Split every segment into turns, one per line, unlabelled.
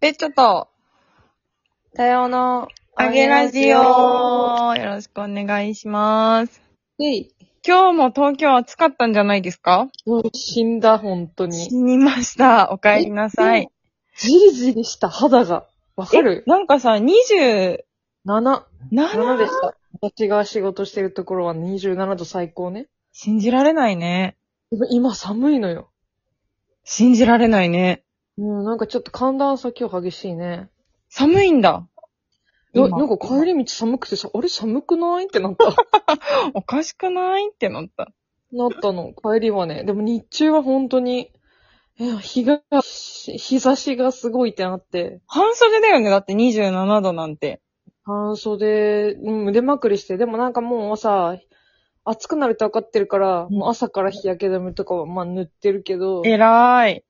ペットと、
さような
あげラジオ。よろしくお願いします。
えい。
今日も東京暑かったんじゃないですか
もう死んだ、本当
死
に。
にました。お帰りなさい。
じりじりした肌が。わかる
なんかさ、27
?7。7で
で
した。私が仕事してるところは27度最高ね。
信じられないね。
でも今寒いのよ。
信じられないね。
うん、なんかちょっと寒暖差今日激しいね。
寒いんだ。今
ななんか帰り道寒くてさ、あれ寒くないって なった。
おかしくないってなった。
なったの。帰りはね。でも日中は本当に、え、日が、し日差しがすごいってなって、
半袖だよね。だって27度なんて。
半袖、うん、腕まくりして、でもなんかもうさ、暑くなるって分かってるから、
うん
もう朝から日焼け止めとかはまあ塗ってるけど、
えらい。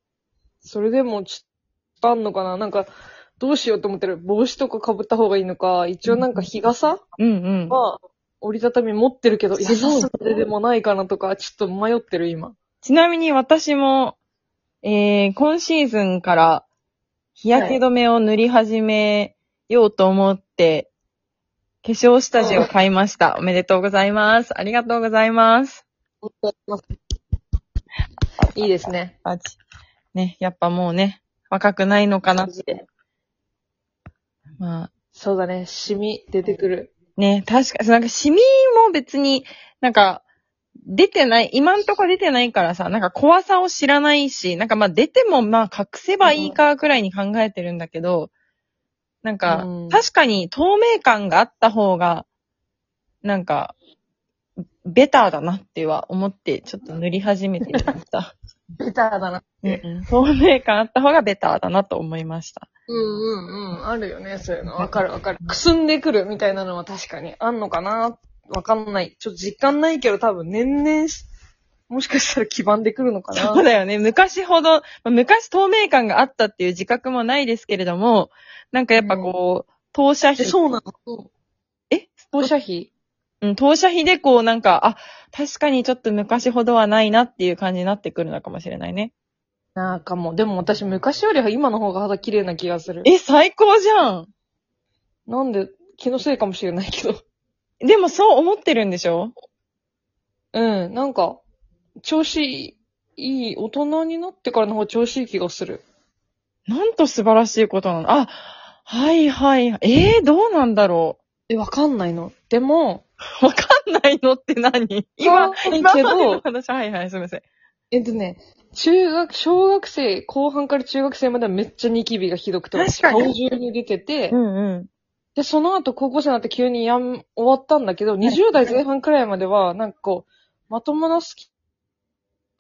それでもちょっとあんのかななんか、どうしようと思ってる。帽子とか被った方がいいのか、一応なんか日傘
うんうん。
は折りたたみ持ってるけど、いや、
すごい
さででもないかなとか、ちょっと迷って る今。
ちなみに私も、えー、今シーズンから日焼け止めを塗り始めようと思って、化粧下地を買いました。おめでとうございます。ありがとうございます。
いいですね。
あちね、やっぱもうね、若くないのかな。まあ、
そうだね。シミ出てくる。
ね、確か、なんかシミも別に、なんか、出てない、今んとこ出てないからさ、なんか怖さを知らないし、なんかまあ出てもまあ隠せばいいかくらいに考えてるんだけど、なんか
うん、
確かに透明感があった方が、なんか、ベターだなっては思って、ちょっと塗り始めてみま した。
ベターだな。
透明感あった方がベターだなと思いました。
うんうんうん。あるよね、そういうの。わかるわかる。くすんでくるみたいなのは確かにあんのかなわかんない。ちょっと実感ないけど多分年々し、もしかしたら黄ばんでくるのか
そう
な
だよね。昔ほど、まあ昔透明感があったっていう自覚もないですけれども、なんかやっぱこう、投射
え、
費、
そうなの
え
放射費
うん、投射費でこうなんか、あ、確かにちょっと昔ほどはないなっていう感じになってくるのかもしれないね。
なんかもう、でも私昔よりは今の方が肌綺麗な気がする。
え、最高じゃん
なんで、気のせいかもしれないけど。
でもそう思ってるんでしょ
うん、なんか、調子いい、大人になってからの方が調子いい気がする。
なんと素晴らしいことなの。あ、はいはい。えー、どうなんだろ
え、わかんないの。でも、
う。わかんないのって何今、
そうだ
今
け
ま
ど
での話、はいはい、すみません。
えっとね、中学、小学生、後半から中学生まではめっちゃニキビがひどくて、
確かに
顔中に出てて、
んうん。
で、その後高校生になって急にやん、終わったんだけど、20代前半くらいまでは、なんかこう、まともな好き、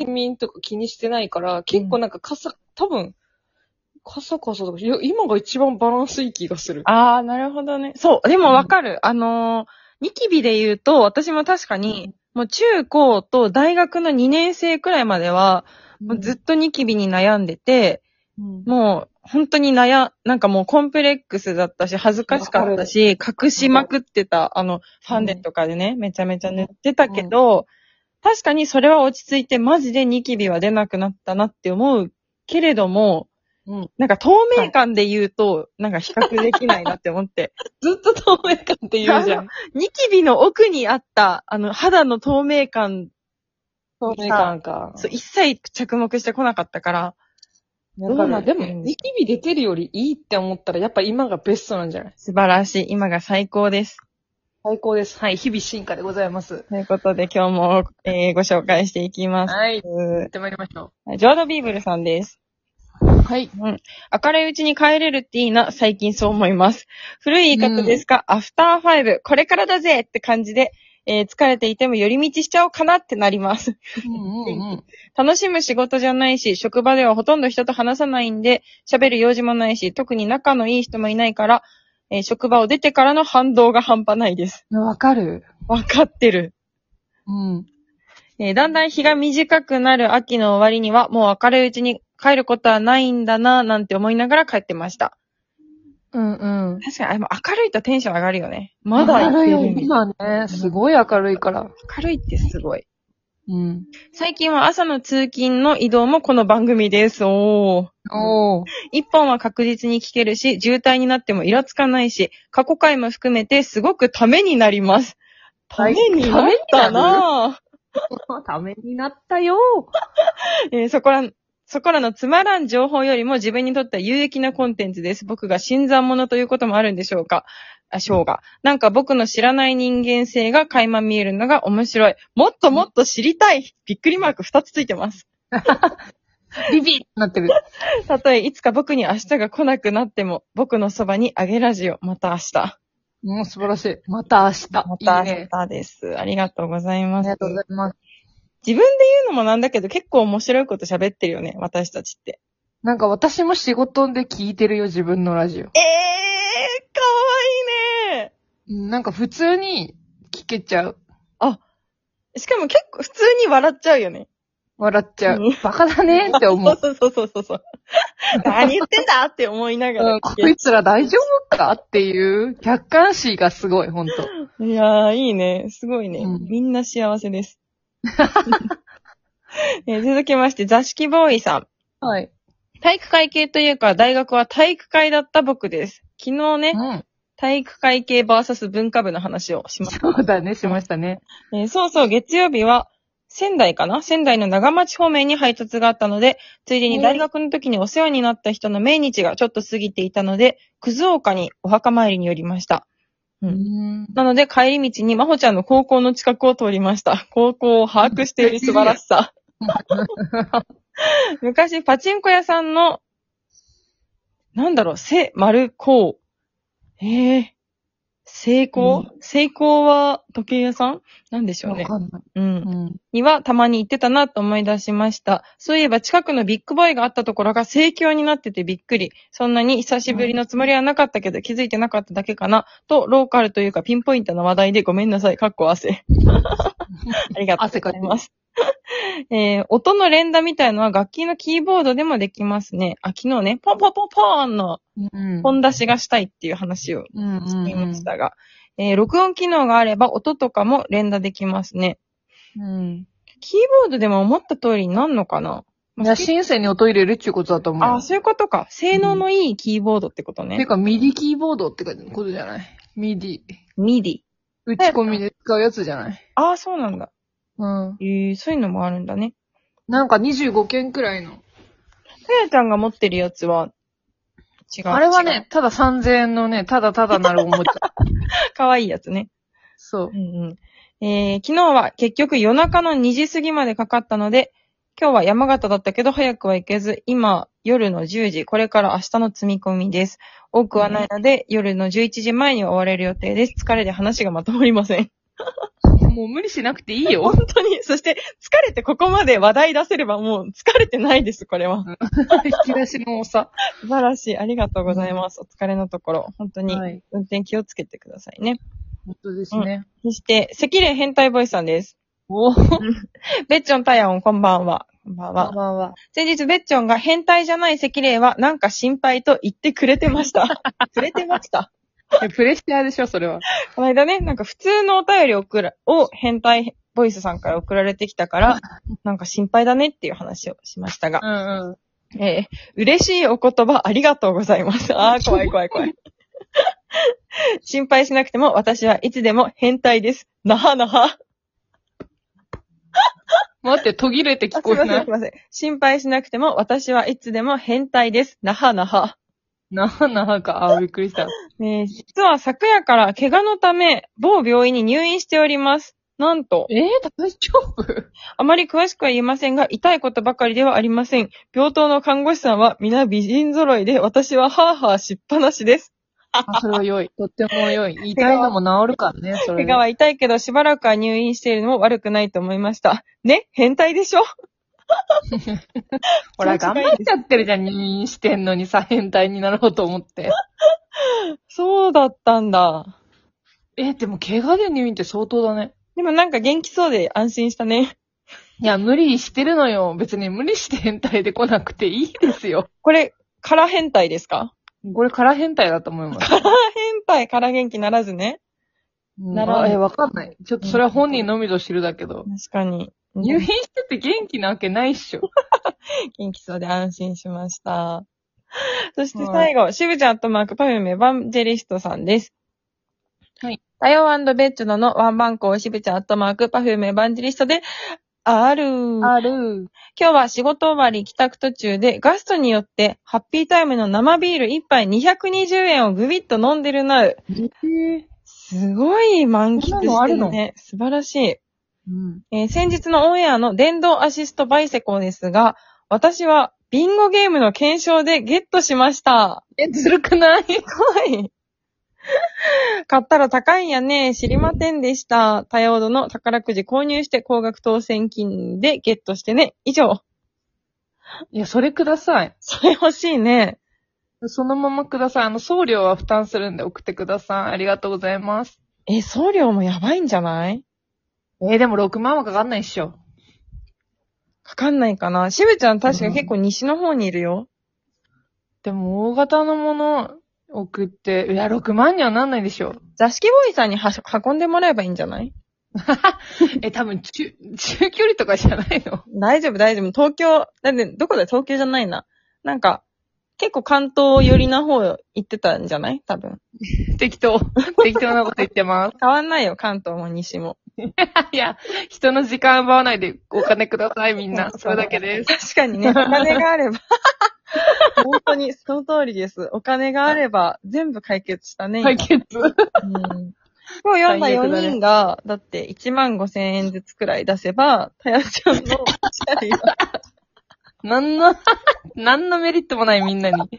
民とか気にしてないから、結構なんかカサ、多分、カサカサとか、いや、今が一番バランスいい気がする。
ああ、なるほどね。そう。でもわかる。あのーニキビで言うと、私も確かに、もう中高と大学の2年生くらいまでは、もうずっとニキビに悩んでて、
うん、
もう本当に悩、なんかもうコンプレックスだったし、恥ずかしかったし、隠しまくってた、あの、ファンデとかでね、めちゃめちゃ塗ってたけど、確かにそれは落ち着いて、マジでニキビは出なくなったなって思うけれども、
うん
なんか透明感で言うと、なんか比較できないなって思って。
ずっと透明感って言うじ ゃん。
ニキビの奥にあった、あの、肌の透明感、
透明感か。
そう一切着目してこなかったから、
だから、で
う
も、
ん
ニキビ出てるよりいいって思ったら、やっぱ今がベストなんじゃない
素晴らしい。今が最高です。
最高です。はい。日々進化でございます。
ということで、今日も、えーご紹介していきます。
はい。行ってまいりましょ
ジョード・ビーブルさんです。
う。はい。
明るいうちに帰れるっていいな、最近そう思います。古い言い方ですが、アフターファイブ、これからだぜって感じで、えー疲れていても寄り道しちゃおうかなってなります。
うんうんうん。
楽しむ仕事じゃないし、職場ではほとんど人と話さないんで、喋る用事もないし、特に仲のいい人もいないから、えー職場を出てからの反動が半端ないです。
わかる
わかってる。
うん。
えーだんだん日が短くなる秋の終わりには、もう明るいうちに帰ることはないんだなぁ、なんて思いながら帰ってました。
うんうん。
確かに、あでも明るいとテンション上がるよね。まだやってる
明るいよ。今ね、すごい明るいから。
明るいってすごい。
うん。
最近は朝の通勤の移動もこの番組です。おー。
おー。
一本は確実に聞けるし、渋滞になってもイラつかないし、過去回も含めてすごくためになります。ためになったなぁ。
ためになったよ。
えーそこら、そこらのつまらん情報よりも自分にとっては有益なコンテンツです。僕が新参者ということもあるんでしょうか。あ、しょうが。なんか僕の知らない人間性が垣間見えるのが面白い。もっともっと知りたい。びっくりマーク2つついてます。
ビビッなってる。
たとえいつか僕に明日が来なくなっても、僕のそばにあげラジオ、また明日。
もう素晴らしい。また明日。
また
いいね
明日です。ありがとうござい
あ
ま
り
す。
がとうございます。
自分で言うのもなんだけど、結構面白いこと喋ってるよね、私たちって。
なんか私も仕事で聞いてるよ、自分のラジ
え
オ。
えー、かわいいね
うんなんか普通に聞けちゃう。
しかも結構普通に笑っちゃうよね。
笑っちゃう
う。
バカだねって思う。
そうそうそうそう そう。何言ってんだって思いなが
う
ら
ん、
聞
こ
け
いつら大丈夫かっていう客観視がすごい、ほんと。
いやー、いいね。すごいね。
うん
みんな幸せ です。 えー続きまして、座敷ボーイさん。
はい。
体育会系というか、大学は体育会だった僕です。昨日ね
う、ん。
体育会系 VS 文化部の話をしました。
そうだね、しましたね。
えーそうそう、月曜日は、仙台かな仙台の長町方面に配達があったので、ついでに大学の時にお世話になった人の命日がちょっと過ぎていたので、くずおかにお墓参りに寄りました。う。
うんん。
なので帰り道にまほちゃんの高校の近くを通りました。高校を把握している素晴らし さ。昔、パチンコ屋さんの、なんだろう、せ、丸、こう。ええ成功、成功は時計屋さんなんでしょう
わ
ね。
かんない。
うん
う。ん。
にはたまに行ってたなと思い出しました。そういえば近くのビッグボーイがあったところが盛況になっててびっくり。そんなに久しぶりのつもりはなかったけど気づいてなかっただけかな。と、ローカルというかピンポイントな話題でごめんなさい。かっこ 汗。ありがとうございます。 えー、音の連打みたいのは楽器のキーボードでもできますね。あ、昨日ね、ポンポンポンポーンの
うん。
本出しがしたいっていう話を
うんうん
していましたが、えー、録音機能があれば音とかも連打できますね。
うん。
キーボードでも思った通りになんのかな、
いや、シンセに音入れるっていうことだと思う。
あ、そういうことか。性能のいいキーボードってこと
て
ね。
か、ミディキーボードってことじゃないミディ。
ミディ。
打ち込みで使うやつじゃない
ああ、そうなんだ。
うん。
えー、そういうのもあるんだね。
なんか25件くらいの。
さやちゃんが持ってるやつは、違う。
あれはね、ただ3000円のね、ただただなるおもちゃ。
違う、かわいいやつね。
そう
う。んうん。えー、昨日は結局夜中の2時過ぎまでかかったので、今日は山形だったけど早くは行けず、今夜の10時、これから明日の積み込みです。多くはないので、夜の11時前には終われる予定です。疲れで話がまとまりません。
もう無理しなくていい よ。
本当に、そして疲れてここまで話題出せればもう疲れてないです、これは。
引き出しのさ。
素晴らしい。ありがとうございます。お疲れのところ。本当に
はい。
運転気をつけてくださいね。
本当ですね。
そして、赤霊変態ボイスさんです。
おお。こん
ベッチョンタヤオン、こんばんは。こんばんは。
ばんは。
先日、ベッチョンが変態じゃない赤霊はなんか心配と言ってくれてま した。くれてました。
いやプレッシャーでしょ、それは。
この間ね、なんか普通のお便りを送ら、を変態ボイスさんから送られてきた から、なんか心配だねっていう話をしましたが。
うんうん。
えー嬉しいお言葉ありがとうございます。ああ、 怖い怖い怖い。心配しなくても私はいつでも変態です。なはなは。
待って、途切れて
あ
聞
すい
こえ
ませ
な
す
んい
い。ません。心配しなくても私はいつでも変態です。なはなは。
なあなあか。あ、びっくりした。
えー実は昨夜から怪我のため某病院に入院しております。なんと、
えー、大丈 夫
あまり詳しくは言えませんが、痛いことばかりではありません。病棟の看護師さんは皆美人揃いで、私はハーハーしっぱなしです。
あ、それは良い。とっても良い。 痛いのも治るからね、そ
怪
れ
我
で。
は痛いけど、しばらくは入院しているのも悪くないと思いました。ね変態でしょ
ほら、頑張っちゃってるじゃん、入院してんのにさ、変態になろうと思って。
そうだったんだ。
えー、でも怪我で入院って相当だね。
でもなんか元気そうで安心したね。
いや、無理してるのよ。別に無理して変態で来なくていいですよ。
これ、空変態ですか
これから変態だと思い ます。
変態、空元気ならずね。
うん
なら
あえー、わかんない。ちょっとそれは本人のみぞ知るだけど。
確かに。
入院してて元気なわけないっしょ。
元気そうで安心しました。そして最後、しぶちゃんとマークパフュームエヴァンジェリストさんです。
はい。
太陽ベッドののワンバンコをしぶちゃんアットマークパフュームエヴァンジェリストで、ある。今
る。
日は仕事終わり帰宅途中でガストによってハッピータイムの生ビール1杯220円をぐびっと飲んでるなう。
えー
すごい満喫して
そんなのある
る
の
ね。素晴らしい。
うん。
えー先日のオンエアの電動アシストバイセコーですが、私はビンゴゲームの検証でゲットしました。
え、ずるくない
はい。買ったら高いんやね。知りませんでした。多用度の宝くじ購入して高額当選金でゲットしてね。以上。
いや、それください。
それ欲しいね。
そのままください。あの、送料は負担するんで送ってください。ありがとうございます。
え、送料もやばいんじゃない
えーでも6万はかかんないっしょ。
かかんないかな。しぶちゃん確か結構西の方にいるよ。
でも、大型のもの送って、いや、6万にはなんないでしょ。
座敷ボーイさんには運んでもらえばいいんじゃない
え、多分、中、中距離とかじゃないの
大丈夫、大丈夫。東京、だって、どこだよ東京じゃないな。なんか、結構関東寄りな方行ってたんじゃない多分。
適当。適当なこと言ってます。
変わんないよ、関東も西も。
いや、人の時間奪わないでお金ください、みんな。それだけで
確
す。
かにね、お金があ れば。本当に、その通りです。お金があれば、全部解決したね。
解決。
今うん今日読んだ
最悪だ
4
ね
人が、だって1万5千円ずつくらい出せば、たやちゃんのチャリが。
なんの、 なんのメリットも ない、みんなに。
い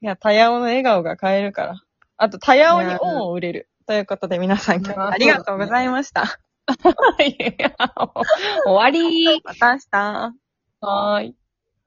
や、たやおの笑顔が買えるから。あと、たやおに恩を売れる。ということで、皆さん今日もありがとうございました。
いや終わり
また明日。
はーい。